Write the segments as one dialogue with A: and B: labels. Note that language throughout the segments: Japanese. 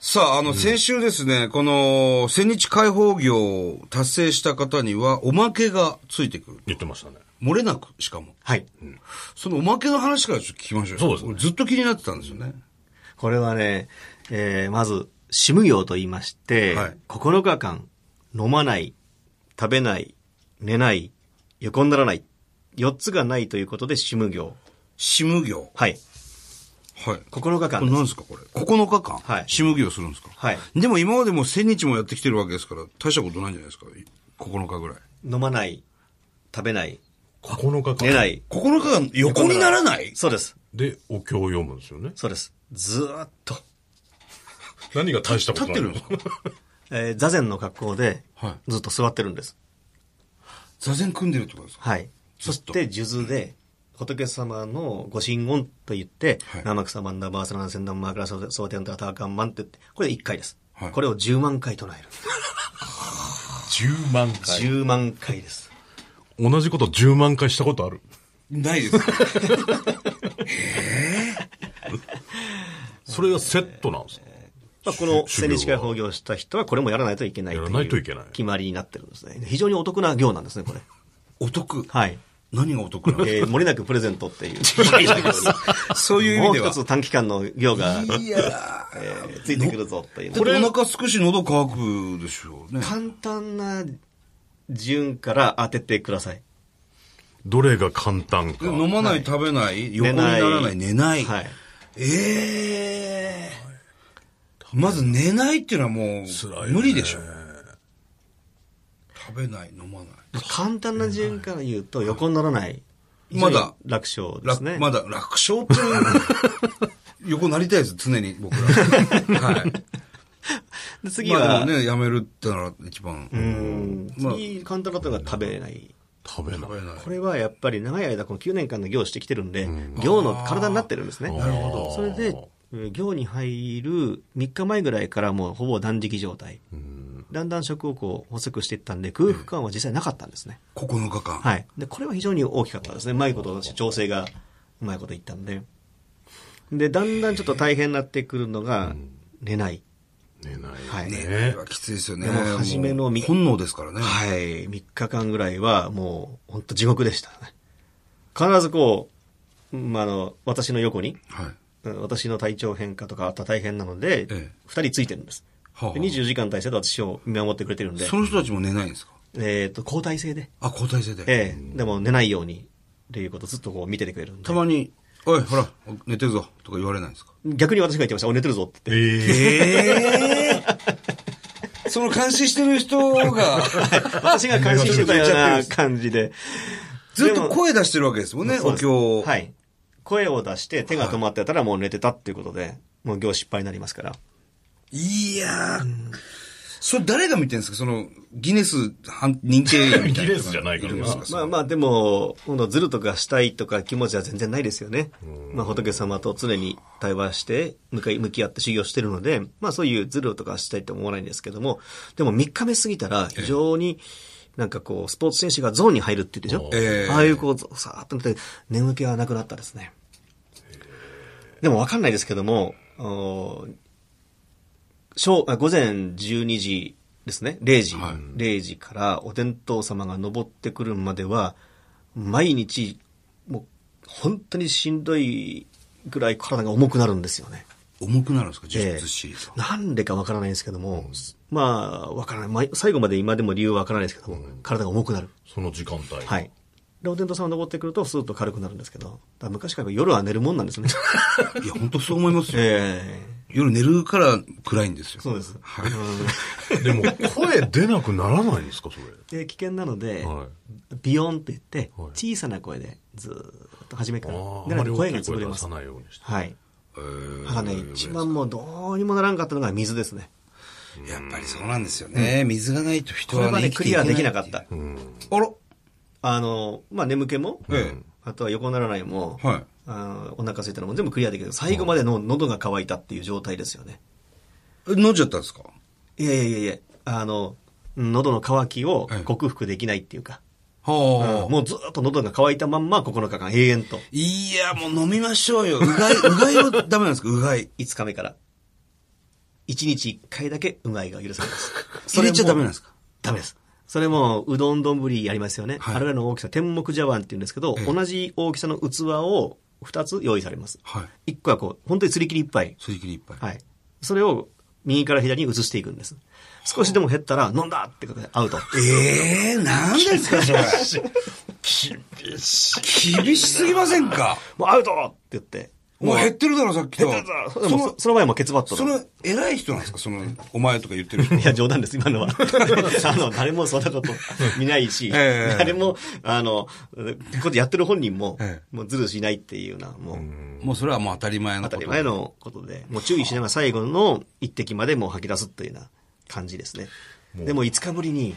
A: さあ、あの、先週ですね、この、千日解放業を達成した方には、おまけがついてくる。
B: 言ってましたね。
A: 漏れなく、しかも。
C: はい。
A: そのおまけの話からちょっと聞きましょうよ
B: そうですね
A: 俺ずっと気になってたんですよね。
C: これはね、えーまず、死無行と言いまして、
A: はい
C: 9日間、飲まない、食べない、寝ない、横にならない、4つがないということで死無行。
A: シム業。
C: はい。
A: はい。
C: 9
A: これ
C: 日間です。
A: 何ですかこれ。9日間。
C: はい
A: シム業するんですか
C: はい。
A: でも今までも1000日もやってきてるわけですから、大したことないんじゃないですか ?9 日ぐらい。
C: 飲まない、食べない、
B: 9日間。
C: 寝ない。
A: 9日間横にならない
C: そうです。
B: で、お経を読むんですよね。
C: そうです。ずーっと。
B: 何が大したこと
A: 立っ
B: な
A: てるんで
B: い
A: すか
C: えー座禅の格好で
A: は、
C: ずっと座ってるんです。
A: 座禅組んでるってことですか
C: はい。
A: ず
C: そ
A: っと
C: して、数珠で、仏様のご神言と言って、
A: はい
C: ナマクサマンダバーサランセンダムマークラソーテンタターカンマンって言って、これ1回です。
A: はい
C: これを10万回唱える。
B: ?10 万回。
C: 10万回です。
B: 同じこと10万回したことある。
A: ないです。
B: それがセットなんですか
C: まあ、この
B: 修
C: 千
B: 行は
C: 日解放業をした人はこれもやらないといけない
B: やらないといけない
C: 決まりになってるんですね。非常にお得な行なんですね、これ。
A: お得。
C: はい。
A: 何がお得なの
C: えー、漏れなくプレゼントっていう。
A: そういう意味で
C: もう
A: は
C: 一。つ短期間の行が、
A: いやー
C: えーついてくるぞという。
A: これお腹すくし喉乾くでしょうね。
C: 簡単な順から当ててください。
B: どれが簡単か。
A: 飲まない、食べない、横にならない、寝ない。
C: はい。
A: ええまず寝ないっていうのはも、
B: 辛いうね
A: 無理でしょ。食べない、飲まない。
C: 簡単な順から言うと、横にならない。
A: まだ
C: 楽勝で
A: ら
C: すね。
A: まだ楽勝っていうのは 横なりたいです、常に僕ら。はい。
C: で次
A: まあ
C: は、
A: でもね、やめるってなら一番。
C: うん。
A: まあ
C: 次、簡単なことが食べない。
B: 食べない
A: 食。べない。
C: これはやっぱり長い間、この9年間の行をしてきてるんで、行の体になってるんですね。
B: なるほど
C: それで、うん行に入る3日前ぐらいからもうほぼ断食状態。だんだん食をこう細くしていったんで、空腹感は実際なかったんですね。
A: 9日間。
C: はい。で、これは非常に大きかったですね。うまいこと、調整がうまいこといったんで。で、だんだんちょっと大変になってくるのが、寝ない。
B: 寝ない。
C: はい
A: ねこれはきついですよね。
C: でも初めのみ
A: もう本能ですからね。
C: はい。3日間ぐらいは、もう、本当地獄でしたね。必ずこう、まあ、あの、私の横に、
A: はい。
C: うん私の体調変化とかあったら大変なので、二
A: ええ
C: 人ついてるんです。
A: はあはあ
C: で24時間体制で私を見守ってくれてるんで、
A: その人たちも寝ないんですか
C: えっ、と、交代制で、
A: あ、交代制で。
C: ええでも寝ないように、っていうことをずっとこう見ててくれるんで
A: た。まに、おい、ほら、寝てるぞ、とか言われないんですか
C: 逆に私が言ってました、お寝てるぞって言って。
B: ええ
A: ええ その監視してる人 が、
C: 私が感心してたような感じで。
A: ずっと声出してるわけですもんね、
C: そう
A: お
C: です
A: 経を。
C: はい。声を出して手が止まってたらもう寝てたっていうことで、もう行失敗になりますから。
A: いやー。それ誰が見てるんですかその、ギネス判認定員みたいな。
B: ギネスじゃないからな
A: るんですかそ
C: まあ
A: の
C: まあでも、このズルとかしたいとか気持ちは全然ないですよね。まあ仏様と常に対話して、向かい、向き合って修行してるので、まあそういうズルとかしたいと思わないんですけども、でも3日目過ぎたら非常に、なんかこう、スポーツ選手がゾーンに入るって言うでしょ、
A: ええ
C: ああいうこう、さーっと見て、眠気はなくなったですね。でもわかんないですけども、おー正あ午前12時ですね、0時、
A: はい
C: 0時からお天道様が昇ってくるまでは、毎日、もう本当にしんどいぐらい体が重くなるんですよね。
A: 重くなるんですかず
C: ええ
A: しりと。
C: なんでかわからないんですけども、まあ、わからないまあ。最後まで今でも理由はわからないですけども、体が重くなる。
B: その時間帯。
C: はい。で、お天道様が登ってくると、スーッと軽くなるんですけど、だから昔から夜は寝るもんなんですね。
A: いや、本当そう思いますよ。
C: え
A: 夜寝るから暗いんですよ。
C: そうです
A: はい。
B: でも、声出なくならないんですか、それ。
C: えで、危険なので、
B: はい
C: ビヨンって言って、
B: はい
C: 小さな声で、ずーっと初めから、
B: ああ、
C: な
B: あまり
C: ので
B: 大
C: 声
B: き
C: が
B: い
C: 潰
B: 声
C: れ
B: 出
C: ます
B: さ。ないようにして。
C: はい。
A: えー
C: だからね、一番もうどうにもならんかったのが水ですね。
A: やっぱりそうなんですよね。水がないと人
C: これ
A: は
C: は
A: ね、
C: ね、クリアできなか
A: た。
C: った。
A: あら、
C: あの、まあ、眠気も、
A: え
C: あとは横ならないも、
A: はい
C: あのお腹空いたのも全部クリアできる。最後までの喉が渇いたっていう状態ですよね。
A: え。飲んじゃったんですか
C: いやいやいやいや、あの、喉の渇きを
A: ええ
C: 克服できないっていうか、
A: は
C: うんもうずーっと喉が渇いたまんま9日間永遠と、
A: い や、もう飲みましょうよ。うがい、うがいはダメなんですかうがい。
C: 5日目から。 1日1回だけうがいが許されます。
A: 入れちゃダメなんですか
C: ダメです。それも、うどん丼やりますよね。
A: はい
C: あれらの大きさ、天目茶碗って言うんですけど、
A: ええ
C: 同じ大きさの器を2つ用意されます。、
A: はい
C: 1個はこう、本当にすり切り1杯。
A: すり切りいっぱい。
C: はい。それを右から左に移していくんです。少しでも減ったら、飲んだってことで アウト。
A: ええー、なんですか、それ。
C: 厳しい。
A: 厳しすぎませんか
C: もうアウトって言って。
A: もう減ってるだろ、さっきと。
C: 減っ
A: そ
C: たぞでも
A: の
C: そ、その前もケツバットだ
A: その、偉い人なんですかその、お前とか言ってる人。
C: いや、冗談です、今のは。あの、誰もそんなこと見ないし、
A: ええ
C: 誰も、あの、ことやってる本人も、
A: え
C: もうずるしないっていうような、もう、
A: もうそれはもう当たり前の
C: 当
A: こと。
C: たり前のことで、もう注意しながら最後の一滴までもう吐き出すというような感じですね。でも5日ぶりに、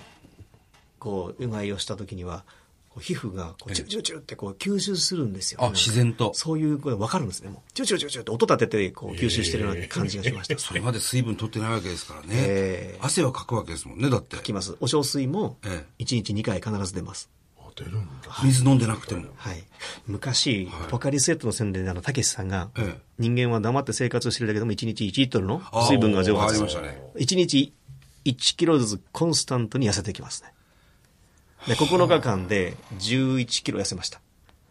C: こう、うがいをした時には、こう皮膚がこうチューチューチューってこう吸収するんですよ。
A: あ自然と
C: そういう声分かるんですね。もうチューチューチューチューって音立ててこう吸収してるような感じがしました。
A: それまで水分取ってないわけですからね。
C: ええ
A: 汗はかくわけですもんね、だって。
C: きます。お小水も
A: ええ
C: 1日2回必ず出ます。
B: あ出るんだ。
A: 水飲んでなくても。
C: はい。昔、ポカリスエットの宣伝であの、たけしさんが、
A: ええ
C: 人間は黙って生活してるだけでも1日1リットルの水分が蒸
A: あー
C: 発
A: あり
C: す
A: ま
C: る。
A: したね。
C: 1日1キロずつコンスタントに痩せていきますね。で、9日間で11キロ痩せました。だか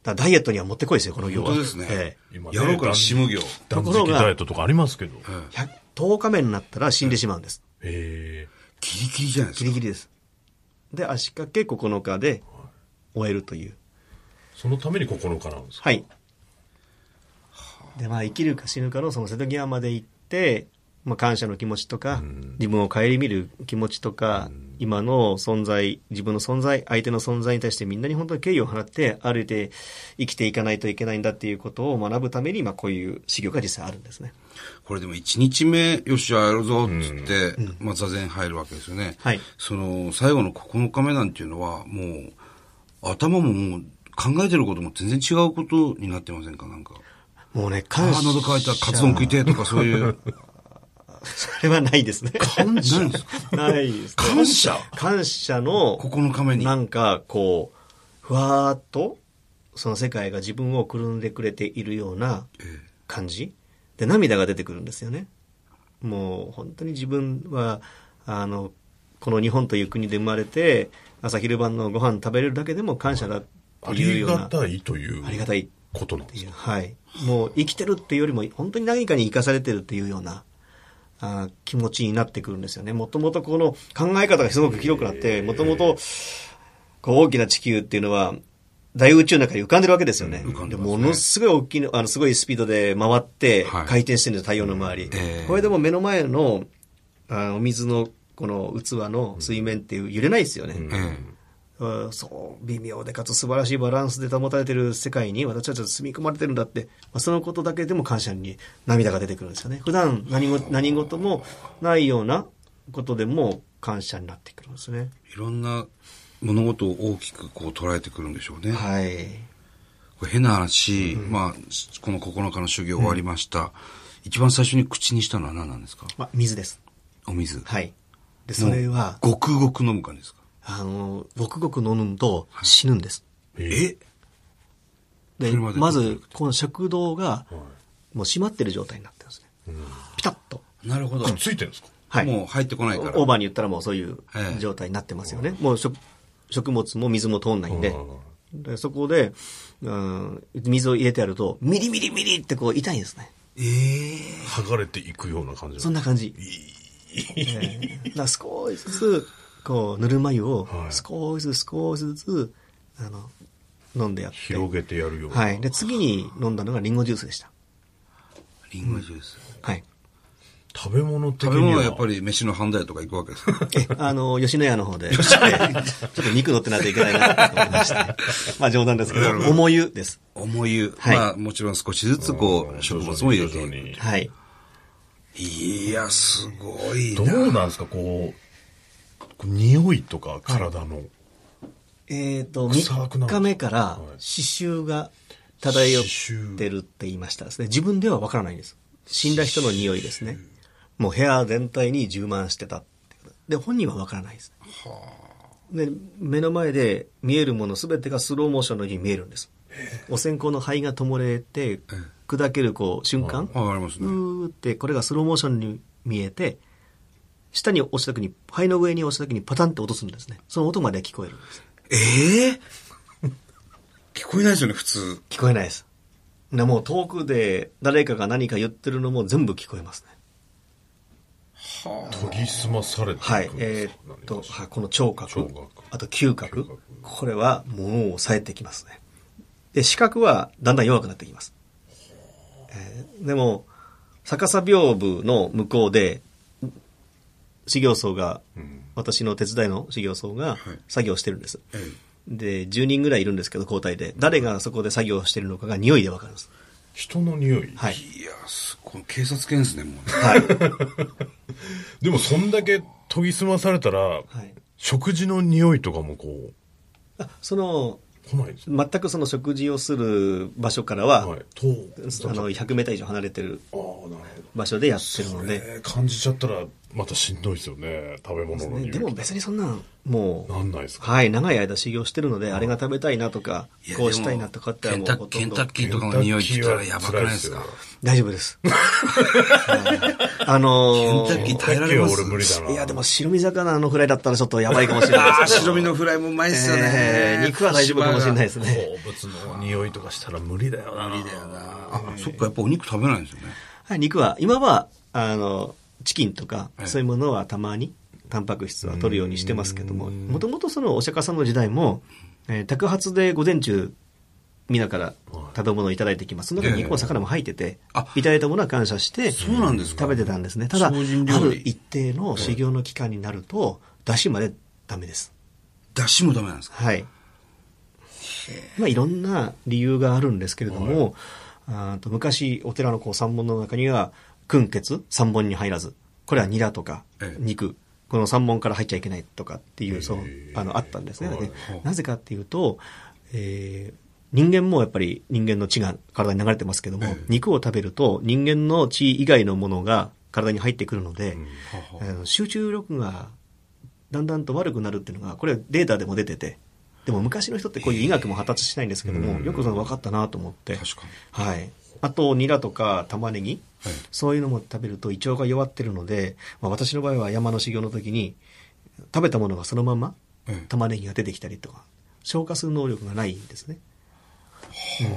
C: らダイエットにはもってこいですよ、この業は。
A: 本当ですね
C: ええ
B: 今ね
A: やろうから、しむ業。
B: 断
C: とこ
B: 食
C: ろが
B: ダイエットとかありますけど。
C: 100 10日目になったら死んでしまうんです。
B: え
A: ギリギリじゃないです
C: ギ
A: か。
C: リギリです。で、足掛け9日で終えるという。
B: えそのために9日なんですか
C: はい。で、まあ、生きるか死ぬかのその瀬戸際まで行って、まあ、感謝の気持ちとか、自分を顧みる気持ちとか、今の存在、自分の存在、相手の存在に対してみんなに本当に敬意を払って歩いて生きていかないといけないんだっていうことを学ぶために、まあ、こういう修行が実際あるんですね。
A: これでも1日目、よし、やるぞ、っつって、まあ、座禅入るわけですよね。
C: はい
A: その、最後の9日目なんていうのは、もう、頭ももう、考えてることも全然違うことになってませんか、なんか。
C: もうね、感
A: あ
C: 謝。
A: あ、喉乾いた、カツ丼食いてえとか、そういう。
C: それはないですね。
A: 感謝ないですか
C: ないですね。
A: 感謝
C: 感謝の、
A: 9日目に。
C: なんかこう、ふわーっと、その世界が自分をくるんでくれているような感じで、涙が出てくるんですよね。もう本当に自分は、あの、この日本という国で生まれて、朝昼晩のご飯食べれるだけでも感謝だって
B: あ
C: いう
B: り
C: よう
B: が
C: な。
B: たいという。
C: ありがたい
B: ことなんで
C: っ
B: す
C: てい
B: か
C: うはい。もう生きてるっていうよりも、本当に何かに生かされてるっていうような、あー気持ちになってくるんですよね。もともとこの考え方がすごく広くなって、もともと、こう大きな地球っていうのは、大宇宙の中に浮かんでるわけですよね。
A: うん浮かんでますね
C: ものすごい大きいの、あの、すごいスピードで回って、
A: はい
C: 回転してるんです太陽の周り。
A: ええ
C: これでも目の前の、あーお水の、この器の水面っていう揺れないですよね。
A: ええ
C: うんそう、微妙でかつ素晴らしいバランスで保たれてる世界に私たちは住み込まれてるんだって、まあ、そのことだけでも感謝に涙が出てくるんですよね。普段何も何事もないようなことでも感謝になってくるんですね。
A: いろんな物事を大きくこう捉えてくるんでしょうね。
C: はい。
A: これ変な話、まあ、しこの9日の修行終わりました、一番最初に口にしたのは何なんですか
C: まあ、水です。
A: お水。
C: はい。で、それは、
A: ごくごく飲む感じですか
C: あの、ごくごく飲むと死ぬんです。
A: え
C: で、
A: それまで
C: まず、この食道が、もう閉まってる状態になってるんですね。ピタッと。
A: なるほど。
B: くっついてるんですか
C: はい。
A: もう入ってこないから。
C: オーバーに言ったらもうそういう
A: ええ
C: 状態になってますよね。もう食食物も水も通んないんで。でそこで、うん、水を入れてやると、ミリミリミリってこう痛いんですね。
A: え
B: 剥がれていくような感じ
C: そんな感じ。ええだから少しずつ、こう、ぬるま湯を
B: はい
C: 少しずつ少しずつ、あの、飲んでやって。
B: 広げてやるような。
C: はい。で、次に飲んだのがリンゴジュースでした。
A: えリンゴジュース。
C: はい。
B: 食べ物的
A: 食べ
B: に
A: 物
B: は。
A: はやっぱり飯の半田屋とか行くわけです か
C: え、あの、吉野家の方で、ええちょっと肉乗ってないといけないなと思いまして。まあ冗談ですけど、重湯です。
A: 重湯。
C: はい
A: まあ、もちろん少しずつこ
B: うん
A: う、食物も入れてい
B: 徐々に
A: く。
C: はい。
A: いや、すごい
B: ど
A: な。
B: うなんですかこう、こう匂いとか体の。
C: えっ、と、
B: 臭くな
C: 3
B: る
C: 日目から
B: はい
C: 刺繍が漂ってるって言いましたですね。自分ではわからないんです。死んだ人の匂いですね。もう部屋全体に充満してたってことで、本人はわからないです。で、目の前で見えるもの全てがスローモーションのように見えるんです。お線香の灰が灯れて、砕けるこう瞬間、
A: わかりますね。
C: うーって、これがスローモーションに見えて、下に押した時に、肺の上に押した時にパタンって落とすんですね。その音まで聞こえるんです。
A: え え聞こえないですよね、普通。
C: 聞こえないです。なもう遠くで誰かが何か言ってるのも全部聞こえますね。
B: 研ぎ澄まされていく
C: はい
B: ん。で
C: え
B: すか
C: ーっと、はいこの聴覚
B: 聴覚
C: あと嗅覚
B: 嗅覚
C: これはものを抑えてきますね。で、視覚はだんだん弱くなってきます。えーでも、逆さ屏風の向こうで、修行僧が、
B: うん
C: 私の手伝いの修行僧が
A: い
C: 作業してるんです。
A: え
C: で、10人ぐらいいるんですけど、交代で。誰がそこで作業してるのかが匂いでわかるんです。
B: 人の匂い。
C: はい。
A: いや、すごい。警察犬ですね、もうね。
C: はい。
B: でもそんだけ研ぎ澄まされたら、
C: はい、
B: 食事の匂いとかもこう、
C: あその、
B: 来ないんですね
C: 全くその食事をする場所からは、
B: はい。と、
C: あの、100メーター以上離れてる
B: ああ、なるほど。
C: 場所でやってるので。
B: えー感じちゃったらまたしんどいですよね食べ物の匂い
C: ねでも別にそんなん、もう、
B: なんないですか
C: はい、長い間修行してるので、あれが食べたいなとか
A: いや、
C: こうしたいなとかって
A: で
C: も
A: も
C: う
A: ケン
C: ほ
A: タ
C: と
A: ケ
C: ん
A: ンタッキーと
C: ど
A: かの匂い聞いたらやばくないですか
B: ケンタッキーは辛いですよ
C: 大丈夫です。 はいあの
A: ケンタッキ
C: ー
A: ー耐えられます
B: ケンタッキーは俺無理だない
C: や、でも白身魚のフライだったらちょっとやばいかもしれない
A: あ
C: で
A: あ、
C: すけど。
A: 白身のフライもうまいっすよね、
C: えー肉は大丈夫かもしれないですね。
B: 好物の匂いとかしたら無理だよな無理だよな
A: あ、そっか、やっぱお肉食べないんですよね。
C: はい、肉は、今は、あの、チキンとか、
A: ええ
C: そういうものはたまに、タンパク質は取るようにしてますけども、もともとそのお釈迦さんの時代も、えー宅発で午前中、皆から食べ物をいただいてきます。その中に肉も魚も入ってて、
A: あ
C: いただいたものは感謝して、
A: そうなんですか
C: 食べてたんですね。ただ、あ
A: 精進料理
C: る一定の修行の期間になると、出汁までダメです。
A: だしもダメなんですか
C: はい。まあ、いろんな理由があるんですけれども、あーと昔お寺のこう三本の中には、訓血、三本に入らず、これはニラとか
A: ええ
C: 肉、この三本から入っちゃいけないとかっていう、そう、あの、あったんですね。
B: はい
C: で
A: はい
C: なぜかっていうと、えー人間もやっぱり人間の血が体に流れてますけども、肉を食べると人間の血以外のものが体に入ってくるので、あの集中力がだんだんと悪くなるっていうのが、これデータでも出てて、でも昔の人ってこういう医学も発達しないんですけども、よくその分かったなと思って。
A: 確かに。
C: はい。あと、ニラとか玉ねぎ、そういうのも食べると胃腸が弱ってるので、まあ、私の場合は山の修行の時に、食べたものがそのまんま
A: ええ、
C: 玉ねぎが出てきたりとか、消化する能力がないんですね。うん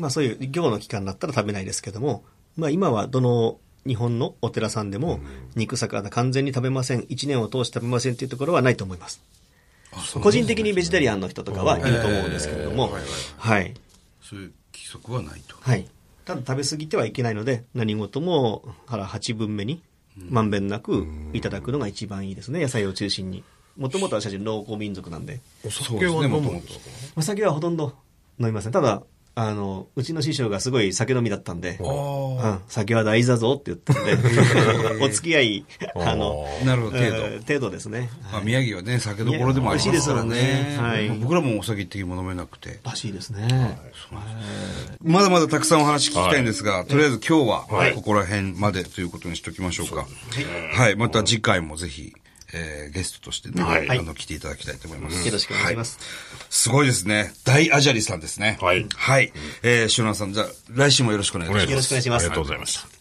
C: まあそういう行の期間だったら食べないですけども、まあ今はどの日本のお寺さんでも、肉魚完全に食べません、1年を通して食べませんっていうところはないと思います。
A: あ、そう
C: 個人的にベジタリアンの人とかはいると思うんですけれども、はい。
A: そういう規則はないと。
C: はい。ただ食べ過ぎてはいけないので、何事も腹八分目に、まんべんなくいただくのが一番いいですね、野菜を中心に。もともとは私たち農耕民族なんで、
B: お酒は飲むんですか
C: お酒はほとんど飲みません。ただ、あの、うちの師匠がすごい酒飲みだったんで、
A: あー
C: うん、酒は大事だぞって言ったんで、 お付き合い、あの、
A: なるほど、程度。
C: えー程度ですね。
A: まあ、宮城はね、酒どころでもありますから
C: いや美味しいで
A: ね。
C: すからねはい
A: 僕らもお酒一滴も飲めなくて。
C: らしいですね。
A: まだまだたくさんお話聞きたいんですが、とりあえず今日は、ここら辺までということにしときましょうか。はい。また次回もぜひ、えーゲストとしてね、
B: はい
A: あの、来ていただきたいと思います。
C: よろしくお願いします
A: は。すごいですね。大アジャリさんですね。
B: はい
A: はい。えー、シュナさん、じゃあ、来週もよろしくお願いいたします。
C: よろしくお願いします
B: ありがとうございました